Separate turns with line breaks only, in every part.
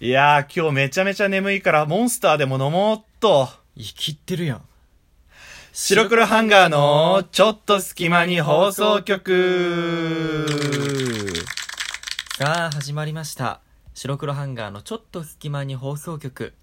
いやー、今日めちゃめちゃ眠いから、モンスターでも飲もうっと。
生きってるやん。
白黒ハンガーの、ちょっと隙間に放送局。
さあ、始まりました。白黒ハンガーのちょっと隙間に放送局。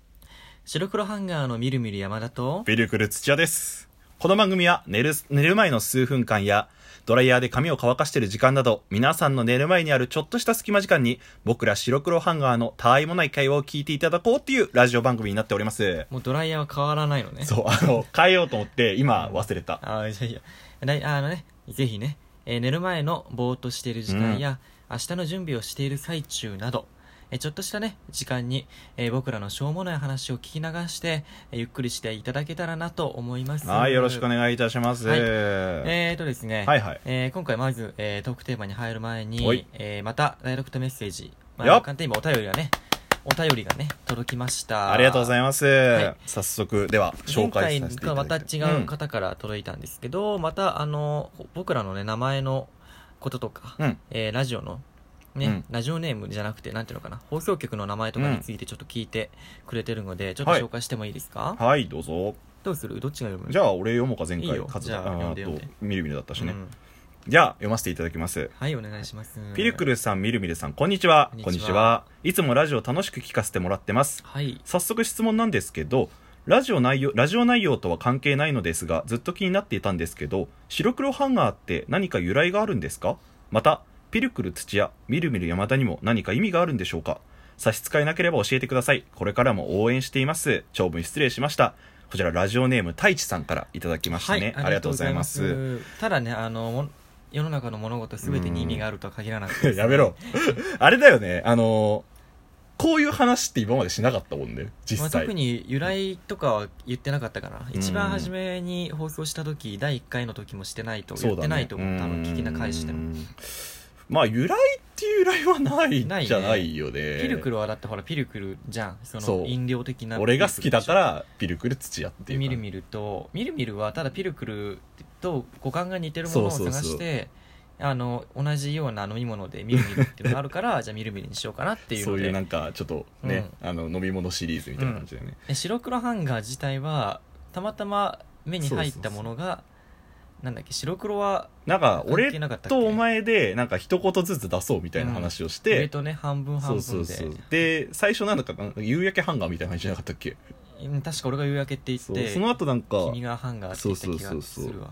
白黒ハンガーのみるみる山田と、
ビルクル土屋です。この番組は寝る、寝る前の数分間や、ドライヤーで髪を乾かしている時間など、皆さんの寝る前にあるちょっとした隙間時間に、僕ら白黒ハンガーのたわいもない会話を聞いていただこうっていうラジオ番組になっております。
もうドライヤーは変わらないのね。
そう、あの、変えようと思って、今忘れた。
ああ、いやいや。だいあのね、ぜひね、えー寝る前のぼーっとしている時間や、明日の準備をしている最中など、えーちょっとしたね、時間に、えー僕らのしょうもない話を聞き流して、えーゆっくりしていただけたらなと思います。
はい、よろしくお願いいたします。
はいえーとですね、
はいはい
えー今回まず、えートークテーマに入る前
おい
に、えーまたダイレクトメッセージ、ま
よ
あ、
っ
簡単に今お便りがねお便りがね届きました
ありがとうござい
ま
ます。
はい
早速、では、紹介させていただいて。
前回とはまた違う方から届いたんですけど、またあの僕らのね名前のこととか、
うん。うん
えーラジオのね、
うん
ラジオネームじゃなくてなんていうのかな放送局の名前とかについてちょっと聞いてくれてるので、ちょっと
はい
紹介してもいいですか、
はい、どうぞ。
どうするどっちが読む
じゃあ、俺読もうか、前回。
いいよ
数
じゃあ
あー
読んで読
と
んで、
みるみるだったしね。
うん
じゃあ、読ませていただきます。
はいお願いします
ピルクルさん、みるみるさん、こんにちは。
こんにち
いつもラジオ楽しく聞かせてもらってます。
はい
早速質問なんですけど、ラジオ内容、ラジオ内容とは関係ないのですが、ずっと気になっていたんですけど、白黒ハンガーって何か由来があるんですかまた、ピルクル土屋、みるみる山田にも何か意味があるんでしょうか差し支えなければ教えてください。これからも応援しています。長文失礼しました。こちらラジオネーム太一さんからいただきましたね。ありがとうございます。
ただねあのも世の中の物事全てに意味があるとは限らなく て、
やめろ。あれだよね、あのーこういう話って今までしなかったもんね、
ま
実
あ、
際。
特に由来とかは言ってなかったかな、
うん
一番初めに放送した時第1回の時もしてないと言ってないと思ったの、聞きな返しても、
うんまあ由来っていう由来はない
ないね
じゃないよね
ピルクルはだってほらピルクルじゃんそ
そう
の飲料的な
俺が好きだかららピルクル土屋っていう
み
か
るみるとみるみるはただピルクルと五感が似てるものを
そうそ
探
うそう
してあの同じような飲み物でみるみるっていうのがあるから じゃあみるみるにしようかなっていう
そ
の
う
で
いうなんかちょっとね、あの飲み物シリーズみたいな感じだよね、
え白黒ハンガー自体はたまたま目に入ったものがなんだっけ白黒は
なんか
関係
俺
なかったっけ
とお前でなんか一言ずつ出そうみたいな話をし
上
て、
とね半分半
そう
分で
そうそうで最初なんだかなんか夕焼けハンガーみたいな感じじゃなかったっけ
うん確か俺が夕焼けって言
そ
っ
う
て
その後なんか
君がハンガーって言った気
そう
が
そ
す
うそうそう
るわ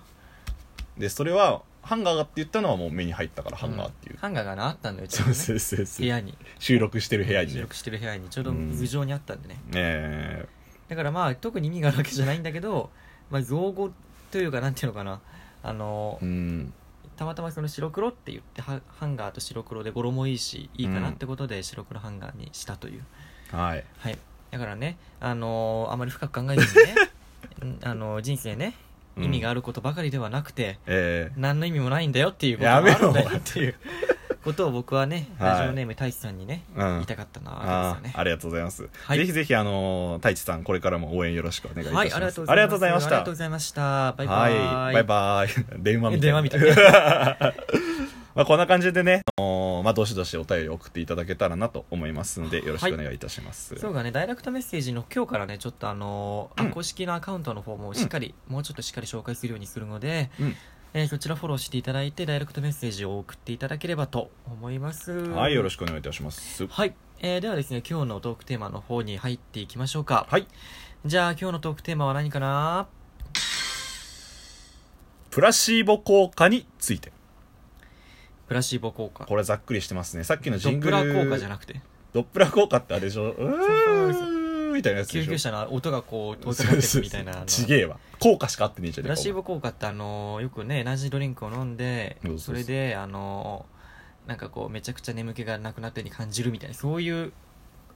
でそれはハンガーがって言ったのはもう目に入ったからハンガーっていう、
んハンガーがなあったんだよち
そう
ょうど
そ
ね
うそうそ
部
う
屋に
収録してる部屋に
収
ね
録してる部屋にちょうど
うん
頭上にあったんでね、
ねえ
だからまあ特に意味があるわけじゃないんだけど、まあ、造語というかなんていうのかなあの
うん
たまたまその白黒って言ってハハンガーと白黒で語呂もいいしいいかなってことで白黒ハンガーにしたという、
はい
はいだからねあのーあまり深く考えずに ね、うんあのー人生ね意味があることばかりではなくて、
え
何の意味もないんだよっていうことも
や
あ
めろ
るんだよって いうことを僕はね、
はい
ラジオネーム太一さんにね
えうん
言いたかったな
あ
わ
ー
けですよ
あ
ね
りがとうございます、
はい
ぜひぜひあのー太一さんこれからも応援よろしくお願いいたします、
はいありがとうございます
ありがとうございまし
ありが
た
とうございましたバイバイ、
はいバイバイ 電話みたいな
電話みた い
まあこんな感じでね、あのーまあ、どしどしお便り送っていただけたらなと思いますのでよろしくお願いいたします、
そうかねダイレクトメッセージの今日からねちょっとあのー公式のアカウントの方もしっかり、もうちょっとしっかり紹介するようにするので、
うん
えーそちらフォローしていただいてダイレクトメッセージを送っていただければと思います
はいよろ
し
しくお願いいたします
はい、えーではですね今日のトークテーマの方に入っていきましょうか
はい
じゃあ今日のトークテーマは何かな
プラシーボ効果について
プラシーボ効果
これざっくりしてますねさっきのジ
ド
ン
ッ
グ
プ
ル
ラー効果じゃなくて
ドップラー効果ってあれでしょうーんみたいなやつで
救
しょ
急車の音がこう遠ざかってるみたいなあの
ちげえわ効果しか合ってねえじゃね
プ
えか
ラシーボ効果ってあのーよくねエナジードリンクを飲んで
そうそうそ
そうれであのーなんかこうめちゃくちゃ眠気がなくなったように感じるみたいなそういう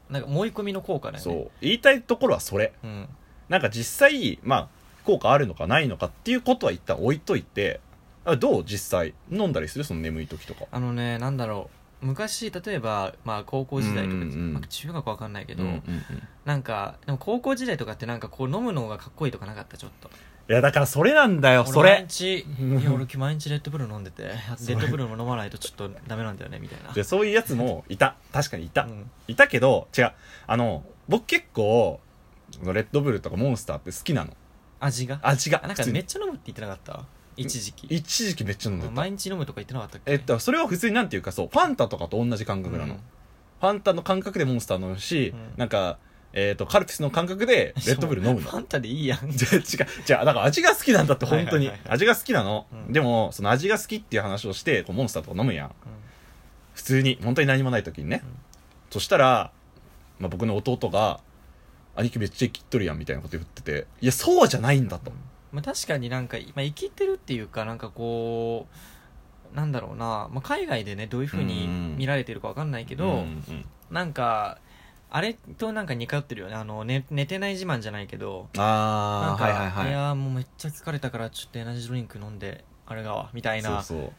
なんか思い込みの効果だよね
そう言いたいところはそれ
うん、
なんか実際まあ効果あるのかないのかっていうことは一旦置いといてあどう実際飲んだりするその眠い時とか
あのねなんだろう昔例えば、まあ、高校時代とか、
うんうんうん
まあ中学わかんないけど、
うんうんうん
なんかでも高校時代とかってなんかこう飲むのがかっこいいとかなかったちょっと
いやだからそれなんだよ
俺
そ
毎
れ
日
うん
いや俺毎日レッドブル飲んでてレッドブルも飲まないとちょっとダメなんだよねみたいな
でそういうやつもいた確かにいた、
うん
いたけど違うあの僕結構レッドブルとかモンスターって好きなの
味が
味が
あなん
普
か
通に
めっちゃ飲むって言ってなかった一時期
一時期めっちゃ飲んでた
毎日飲むとか言ってなかったっけ
えっとそれは普通になんていうかそうファンタとかと同じ感覚なの、
うん
ファンタの感覚でモンスター飲むし、
うん
なんかえっとカルピスの感覚でレッドブル飲む
フ
の
ァンタでいいやん
じゃあ違うじゃあだから味が好きなんだって本当に、
はいはいはいはい
味が好きなの、
うん
でもその味が好きっていう話をしてこうモンスターとか飲むやん普通に本当に何もない時にね、
うん
そしたら、まあ、僕の弟が「兄貴めっちゃ生きっとるやん」みたいなこと言ってていやそうじゃないんだと、
まあ、確かになんか、まあ、生きてるっていうかなんかこうなんだろうな、まあ、海外でねどういうふうに
うん
見られてるかわかんないけど、
うんうん
なんかあれとなんか似通ってるよねあの、ね、寝てない自慢じゃないけどな
あ
ん
あ
か、
はいはいはい
やーもうめっちゃ疲れたからちょっとエナジードリンク飲んであれがわみたい
そう
な
そう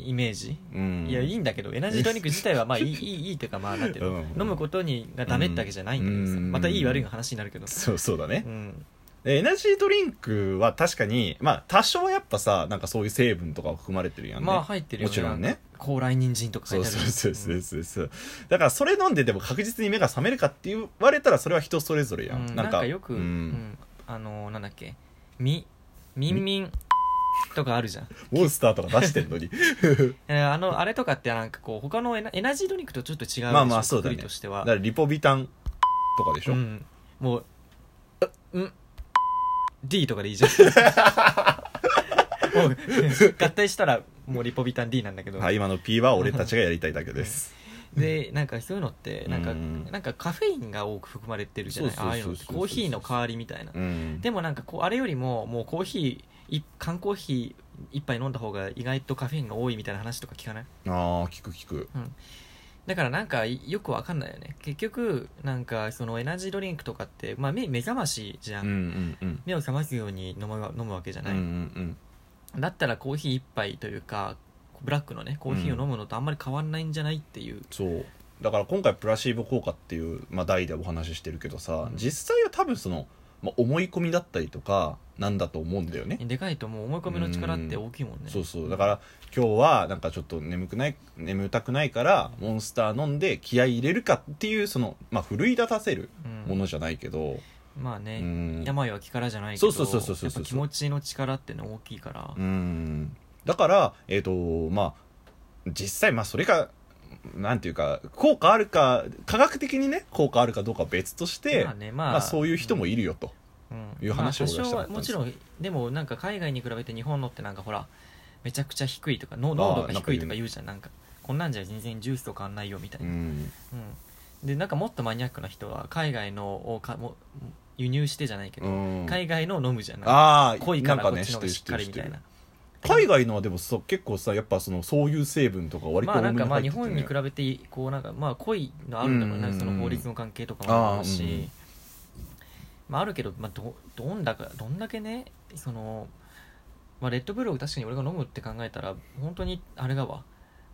イメージ
うん
いやいいんだけどエナジードリンク 自体はまあいいいいいいっていうかまあなんていうの、
うん
飲むことにがダメってわけじゃないんだけどさ、
うん
またいい悪いの話になるけど、
そうそうだね
う、ん、
でエナジードリンクは確かにまあ多少はやっぱさなんかそういう成分とか含まれてるやんね
まあ入ってるよね
もちろんね
高麗人参とか書
そ
いうてある
そうそうそ
うん
うそうそうだからそれ飲んででも確実に目が覚めるかって言われたらそれは人それぞれやん、
うんなんかよく、
う
うんんあのーなんだっけみみんみんとかあるじゃん、
モンスターとか出してんの に
えーあのあれとかってなんかこう他のエナエナジードリンクとちょっと違うでしょ
まあまあそうだね
作りとして
だ
は
からリポビタンとかでしょ、
うん、もうううん D とかでいい じゃんもう合体したらもうリポビタン D なんだけど、
はい、今の P は俺たちがやりたいだけです、
でなんかそういうのってなんか、
うん
なんかカフェインが多く含まれてるじゃない
そう
あ
そう
あ
そう
い
そう
うのってコーヒーの代わりみたいな
うん、
でもなんかこうあれよりももうコーヒーい缶コーヒー一杯飲んだ方が意外とカフェインが多いみたいな話とか聞かない
ああ聞く聞く
だからなんかいよくわかんないよね結局なんかそのエナジードリンクとかって、まあ、目目覚ましじゃ、
うんんうんうん
目を覚ますように飲むわ飲むわけじゃ
うんう
ない、
ん
だったらコーヒー一杯というかブラックのねコーヒーを飲むのとあんまり変わんないんじゃないっていう、
そうだから今回プラシーボ効果っていう、まあ、題でお話ししてるけどさ、
うん
実際は多分その、まあ、思い込みだったりとかなんだと思うんだよね、
でかいともう思い込みの力って大きいもんね、
そうそうだから今日はなんかちょっと眠くない眠たくないからモンスター飲んで気合い入れるかっていうその、まあ、奮い立たせる
うん
ものじゃないけど、
まあね、
うん
病は気からじゃないけど
そうそうそうそうそうそう
やっぱ気持ちの力っての大きいから、
うんだからえっ、とまあ実際まあそれがなんていうか効果あるか科学的にね効果あるかどうかは別として、
ま
ま
あ
あ
ねまあ、
そういう人もいるよと、
うん
いう話を
まあ多少
俺はしたかっ
は
たん
も
で
ち
す
ろんでもなんか海外に比べて日本のってなんかほらめちゃくちゃ低いとか濃濃度が低いとか言うじゃんなんかこんなんじゃ全然ジュースと変わんないよみたいうな、
ん
うんでなんかもっとマニアックな人は海外のをかも輸入してじゃないけど、
うん
海外のを飲むじゃない
ああ
濃いから
な
こ
ん
っ
ね
ちの方がしっかり
知
み
って
た
る知ってる
いな
海外のはでもさ結構さやっぱそのそういう成分とか割と
まあ
多め
なん
に
かまあ
入っ
日
ててね
本に比べてこうなんかまあ濃いのあるんだろう
うんうん
ね
うん
その法律の関係とかもあるし
あーうんうん
まああるけどまあどどんだかどんだけねそのまあレッドブルを確かに俺が飲むって考えたら本当にあれだわ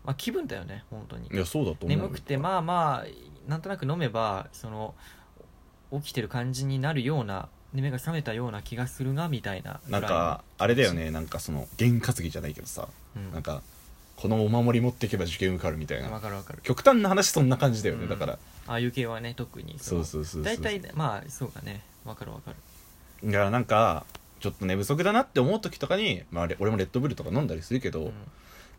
まあ気分だよね本当に
いやそうだと思う
眠くてまあまあなんとなく飲めばその起きてる感じになるようなで目が覚めたような気がするがみたいなぐ
な
らい
ん
の
かあれだよねなんかその験担ぎじゃないけどさ、
うん
なんかこのお守り持っていけば受験受かるみたい
わ
な
かるわかる
極端な話そんな感じだよね、
うん
だから
ああいう系はね特に
そ
の
うそうそうそう
大体まあそうかねわかるわか
だ
る
からなんかちょっと寝不足だなって思う時とかに、まあ、レ俺もレッドブルとか飲んだりするけど、
うん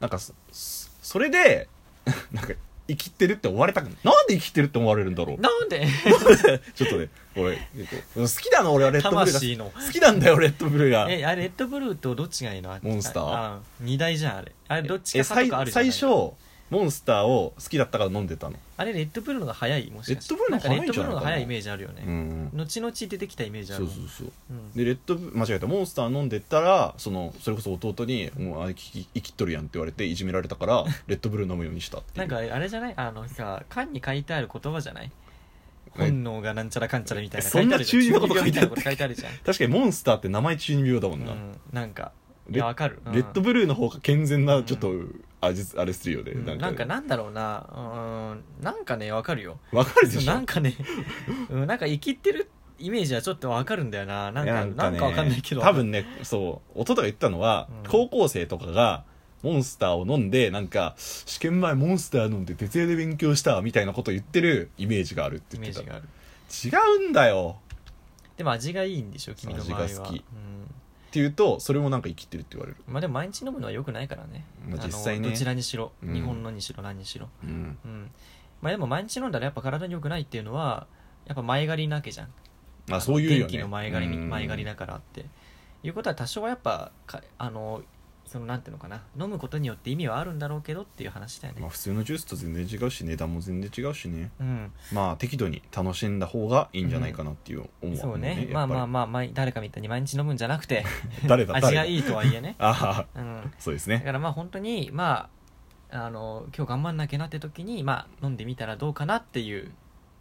なんかそそそれで なんか生きてるって思われたくないなんで生きてるって思われるんだろう
なんで
ちょっとね俺結構好きなの俺はレッドブルが
魂の
好きなんだよレッドブルが
えあれレッドブルーとどっちがいいのあ
モンスター
あ2台じゃんあれあれどっち
え
か派
最
とかあるじゃない
最初モンスターを好きだったから飲んでたの
あれレッドブルーのが早いもしかして
レッドブルーの方が早いんじゃないかな
なんかレッドブルーの方が早いイメージあるよ
う
ね、
ん
後々出てきたイメージあ
そ
る
う
もん
そうそう
うん
でレッドブ間違えたモンスター飲んでったらそのそれこそ弟に「もうあ生き生きっとるやん」って言われていじめられた からレッドブル飲むようにしたってい
な
うん
かあれあれじゃないあのさ缶に書いてある言葉じゃない
はい
本能がなんちゃらかんちゃらみたいな
えそんな
書いてあるじゃ
中二病
みたいなこと書いてあるじゃん、
確かにモンスターって名前中二病だもん
う
な、
ん、なんかい
レ
やわかる、うん
レッドブルーの方が健全
う
なんちょっとあ実あれするよね、
うんなんかなんだろうなうーんなんかねわかるよ
わかるでしょ
なんかね、 うん、なんか生きてるイメージはちょっとわかるんだよななんかなんか,、
ね
わかんないけど
多分ねそう弟が言ったのは、
うん
高校生とかがモンスターを飲んでなんか試験前モンスター飲んで徹夜で勉強したみたいなこと言ってるイメージがあるって
イ
言
メ
っ
ー
て
ジが
た
ある
違うんだよ
でも味がいいんでしょ君の場合は
味が好きっ
うん
て言うとそれもなんか生きてるって言われる
まあでも毎日飲むのは良くないからね,、
まあ実
の
際ね
どちらにしろ、
うん
日本のにしろ何にしろ
うん
うんまあでも毎日飲んだらやっぱ体に良くないっていうのはやっぱ前借りなわけじゃん
まあそういうよ
天気
ね
の前借りに
うん
前借りだからっていうことは多少はやっぱかあのそのなんていうのかな飲むことによって意味はあるんだろうけどっていう話だよ
ま
ね
あ普通のジュースと全然違うし値段も全然違うしね
うん
まあ適度に楽しんだ方がいいんじゃないかなっていう思う
そ
や
う
っぱ
ね
り
まあまあまあ毎誰かみたいに毎日飲むんじゃなくて
誰 だ
味
誰
が
だ
いいとはい えね
ああ
うん
そうです
だ
ね
からまあ本当にまああの今日頑張んなきゃなって時にまあ飲んでみたらどうかなっていう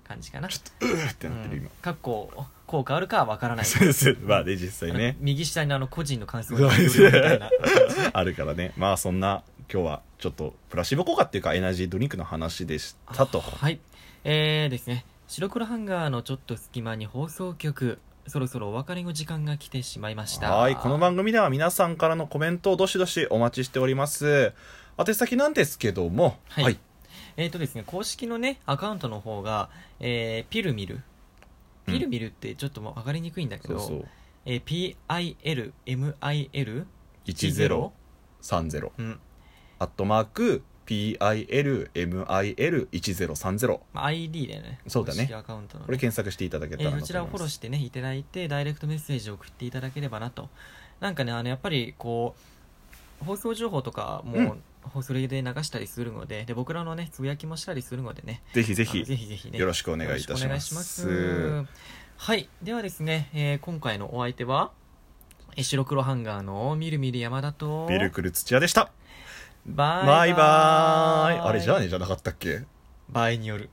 感じかな
ちょっとうーってなってる今、
かっこ効果あるかは分からない
そうですまあね実際ね
右下にあの個人の感想
そう
が
です
みたいな
あるからねまあそんな今日はちょっとプラシボ効果っていうかエナジードリンクの話でしたと
はいえー、ですね白黒ハンガーのちょっと隙間に放送局そろそろお別れの時間が来てしまいました
はいこの番組では皆さんからのコメントをどしどしお待ちしております宛先なんですけども
はいえっ、とですね公式のねアカウントの方が、えー、ピルミル
うん
ピルミルってちょっともう分かりにくいんだけ
そ
ど、
うそう
えー、PILMIL
1030
うん
アットマーク PILMIL1030
まあ ID だよね
そうだね
公式アカウントのね
これ検索していただけた
え
らな
ー
と思い
こ
ます
ちらをフォローしてねいただいてダイレクトメッセージを送っていただければなとなんかねあのやっぱりこう放送情報とか
う
も放送で流したりするので,、で僕らのねつぶやきもしたりするのでね
ぜひぜ
あの
ひ
ぜひぜひね
よろしくお願いいたしま
よろくお願
す
いしますはいではですね、えー今回のお相手はえー白黒ハンガーのみるみる山田と
ビルクル土屋でした
バイバ
バ
イ
イバーイあれじゃあねじゃなかったっけ
バイによる